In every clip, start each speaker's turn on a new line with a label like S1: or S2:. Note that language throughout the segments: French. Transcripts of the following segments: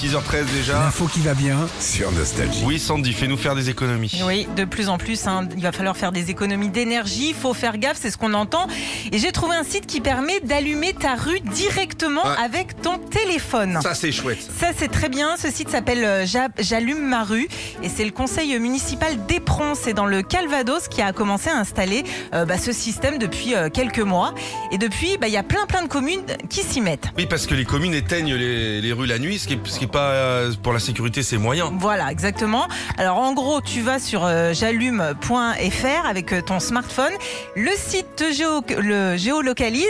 S1: 6h13 déjà.
S2: L'info qui va bien.
S3: sur Nostalgie.
S1: Oui, Sandy, fais-nous faire des économies.
S4: Oui, de plus en plus, hein, il va falloir faire des économies d'énergie, faut faire gaffe, c'est ce qu'on entend. Et j'ai trouvé un site qui permet d'allumer ta rue directement
S1: Ouais.
S4: avec ton téléphone.
S1: Ça, c'est chouette.
S4: Ça, c'est très bien. Ce site s'appelle euh, J'a- J'allume ma rue et c'est le conseil municipal d'Éperon. C'est dans le Calvados qui a commencé à installer euh, bah, ce système depuis euh, quelques mois. Et depuis, bah, il y a plein plein de communes qui s'y mettent.
S1: Oui, parce que les communes éteignent les, les rues la nuit, ce qui est, ce qui est pas euh, pour la sécurité, c'est moyen.
S4: Voilà, exactement. Alors en gros, tu vas sur euh, j'allume.fr avec euh, ton smartphone, le site te géo- le géolocalise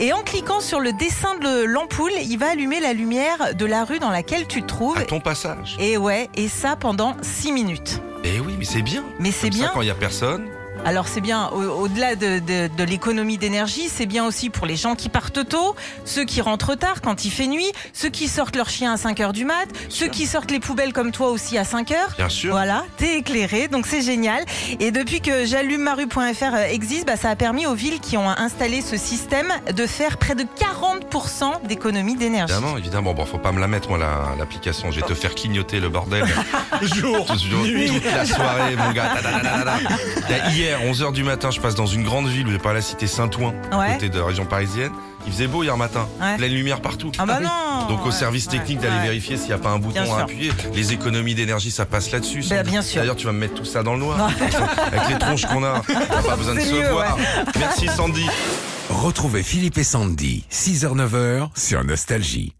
S4: et en cliquant sur le dessin de l'ampoule, il va allumer la lumière de la rue dans laquelle tu te trouves.
S1: À ton passage.
S4: Et ouais, et ça pendant 6 minutes.
S1: Eh oui, mais c'est bien.
S4: Mais c'est
S1: Comme ça,
S4: bien.
S1: quand il y a personne.
S4: Alors c'est bien, au- au-delà de, de- de l'économie d'énergie, c'est bien aussi pour les gens qui partent tôt, ceux qui rentrent tard quand il fait nuit, ceux qui sortent leur chien à 5h du mat, ceux
S1: sûr.
S4: qui sortent les poubelles comme toi aussi à 5h.
S1: Bien sûr.
S4: Voilà, t'es éclairé, donc c'est génial. Et depuis que j'allumemaru.fr existe, bah, ça a permis aux villes qui ont installé ce système de faire près de 40% d'économie d'énergie.
S1: Évidemment, évidemment. Bon, faut pas me la mettre, moi, la- l'application. Je vais te faire clignoter le bordel.
S2: Jour.
S1: Je suis dans- toute la soirée, mon gars. Ta- ta- ta- ta- ta- ta. Il y a Hier, 11h du matin, je passe dans une grande ville, j'ai pas la cité Saint-Ouen, à
S4: Ouais.
S1: côté de la région parisienne. Il faisait beau hier matin,
S4: Ouais.
S1: pleine lumière partout.
S4: Ah bah non
S1: Donc au
S4: Ouais,
S1: service
S4: ouais,
S1: technique d'aller
S4: ouais.
S1: vérifier s'il n'y a pas un bouton
S4: Bien
S1: à
S4: sûr.
S1: appuyer. Les économies d'énergie, ça passe là-dessus. sans
S4: Bah,
S1: doute.
S4: bien sûr.
S1: D'ailleurs, tu vas me mettre tout ça dans le noir. Avec les tronches qu'on a, on n'a pas besoin de
S4: C'est
S1: se
S4: mieux,
S1: voir. Merci Sandy.
S3: Retrouvez Philippe et Sandy, 6h-9h sur Nostalgie.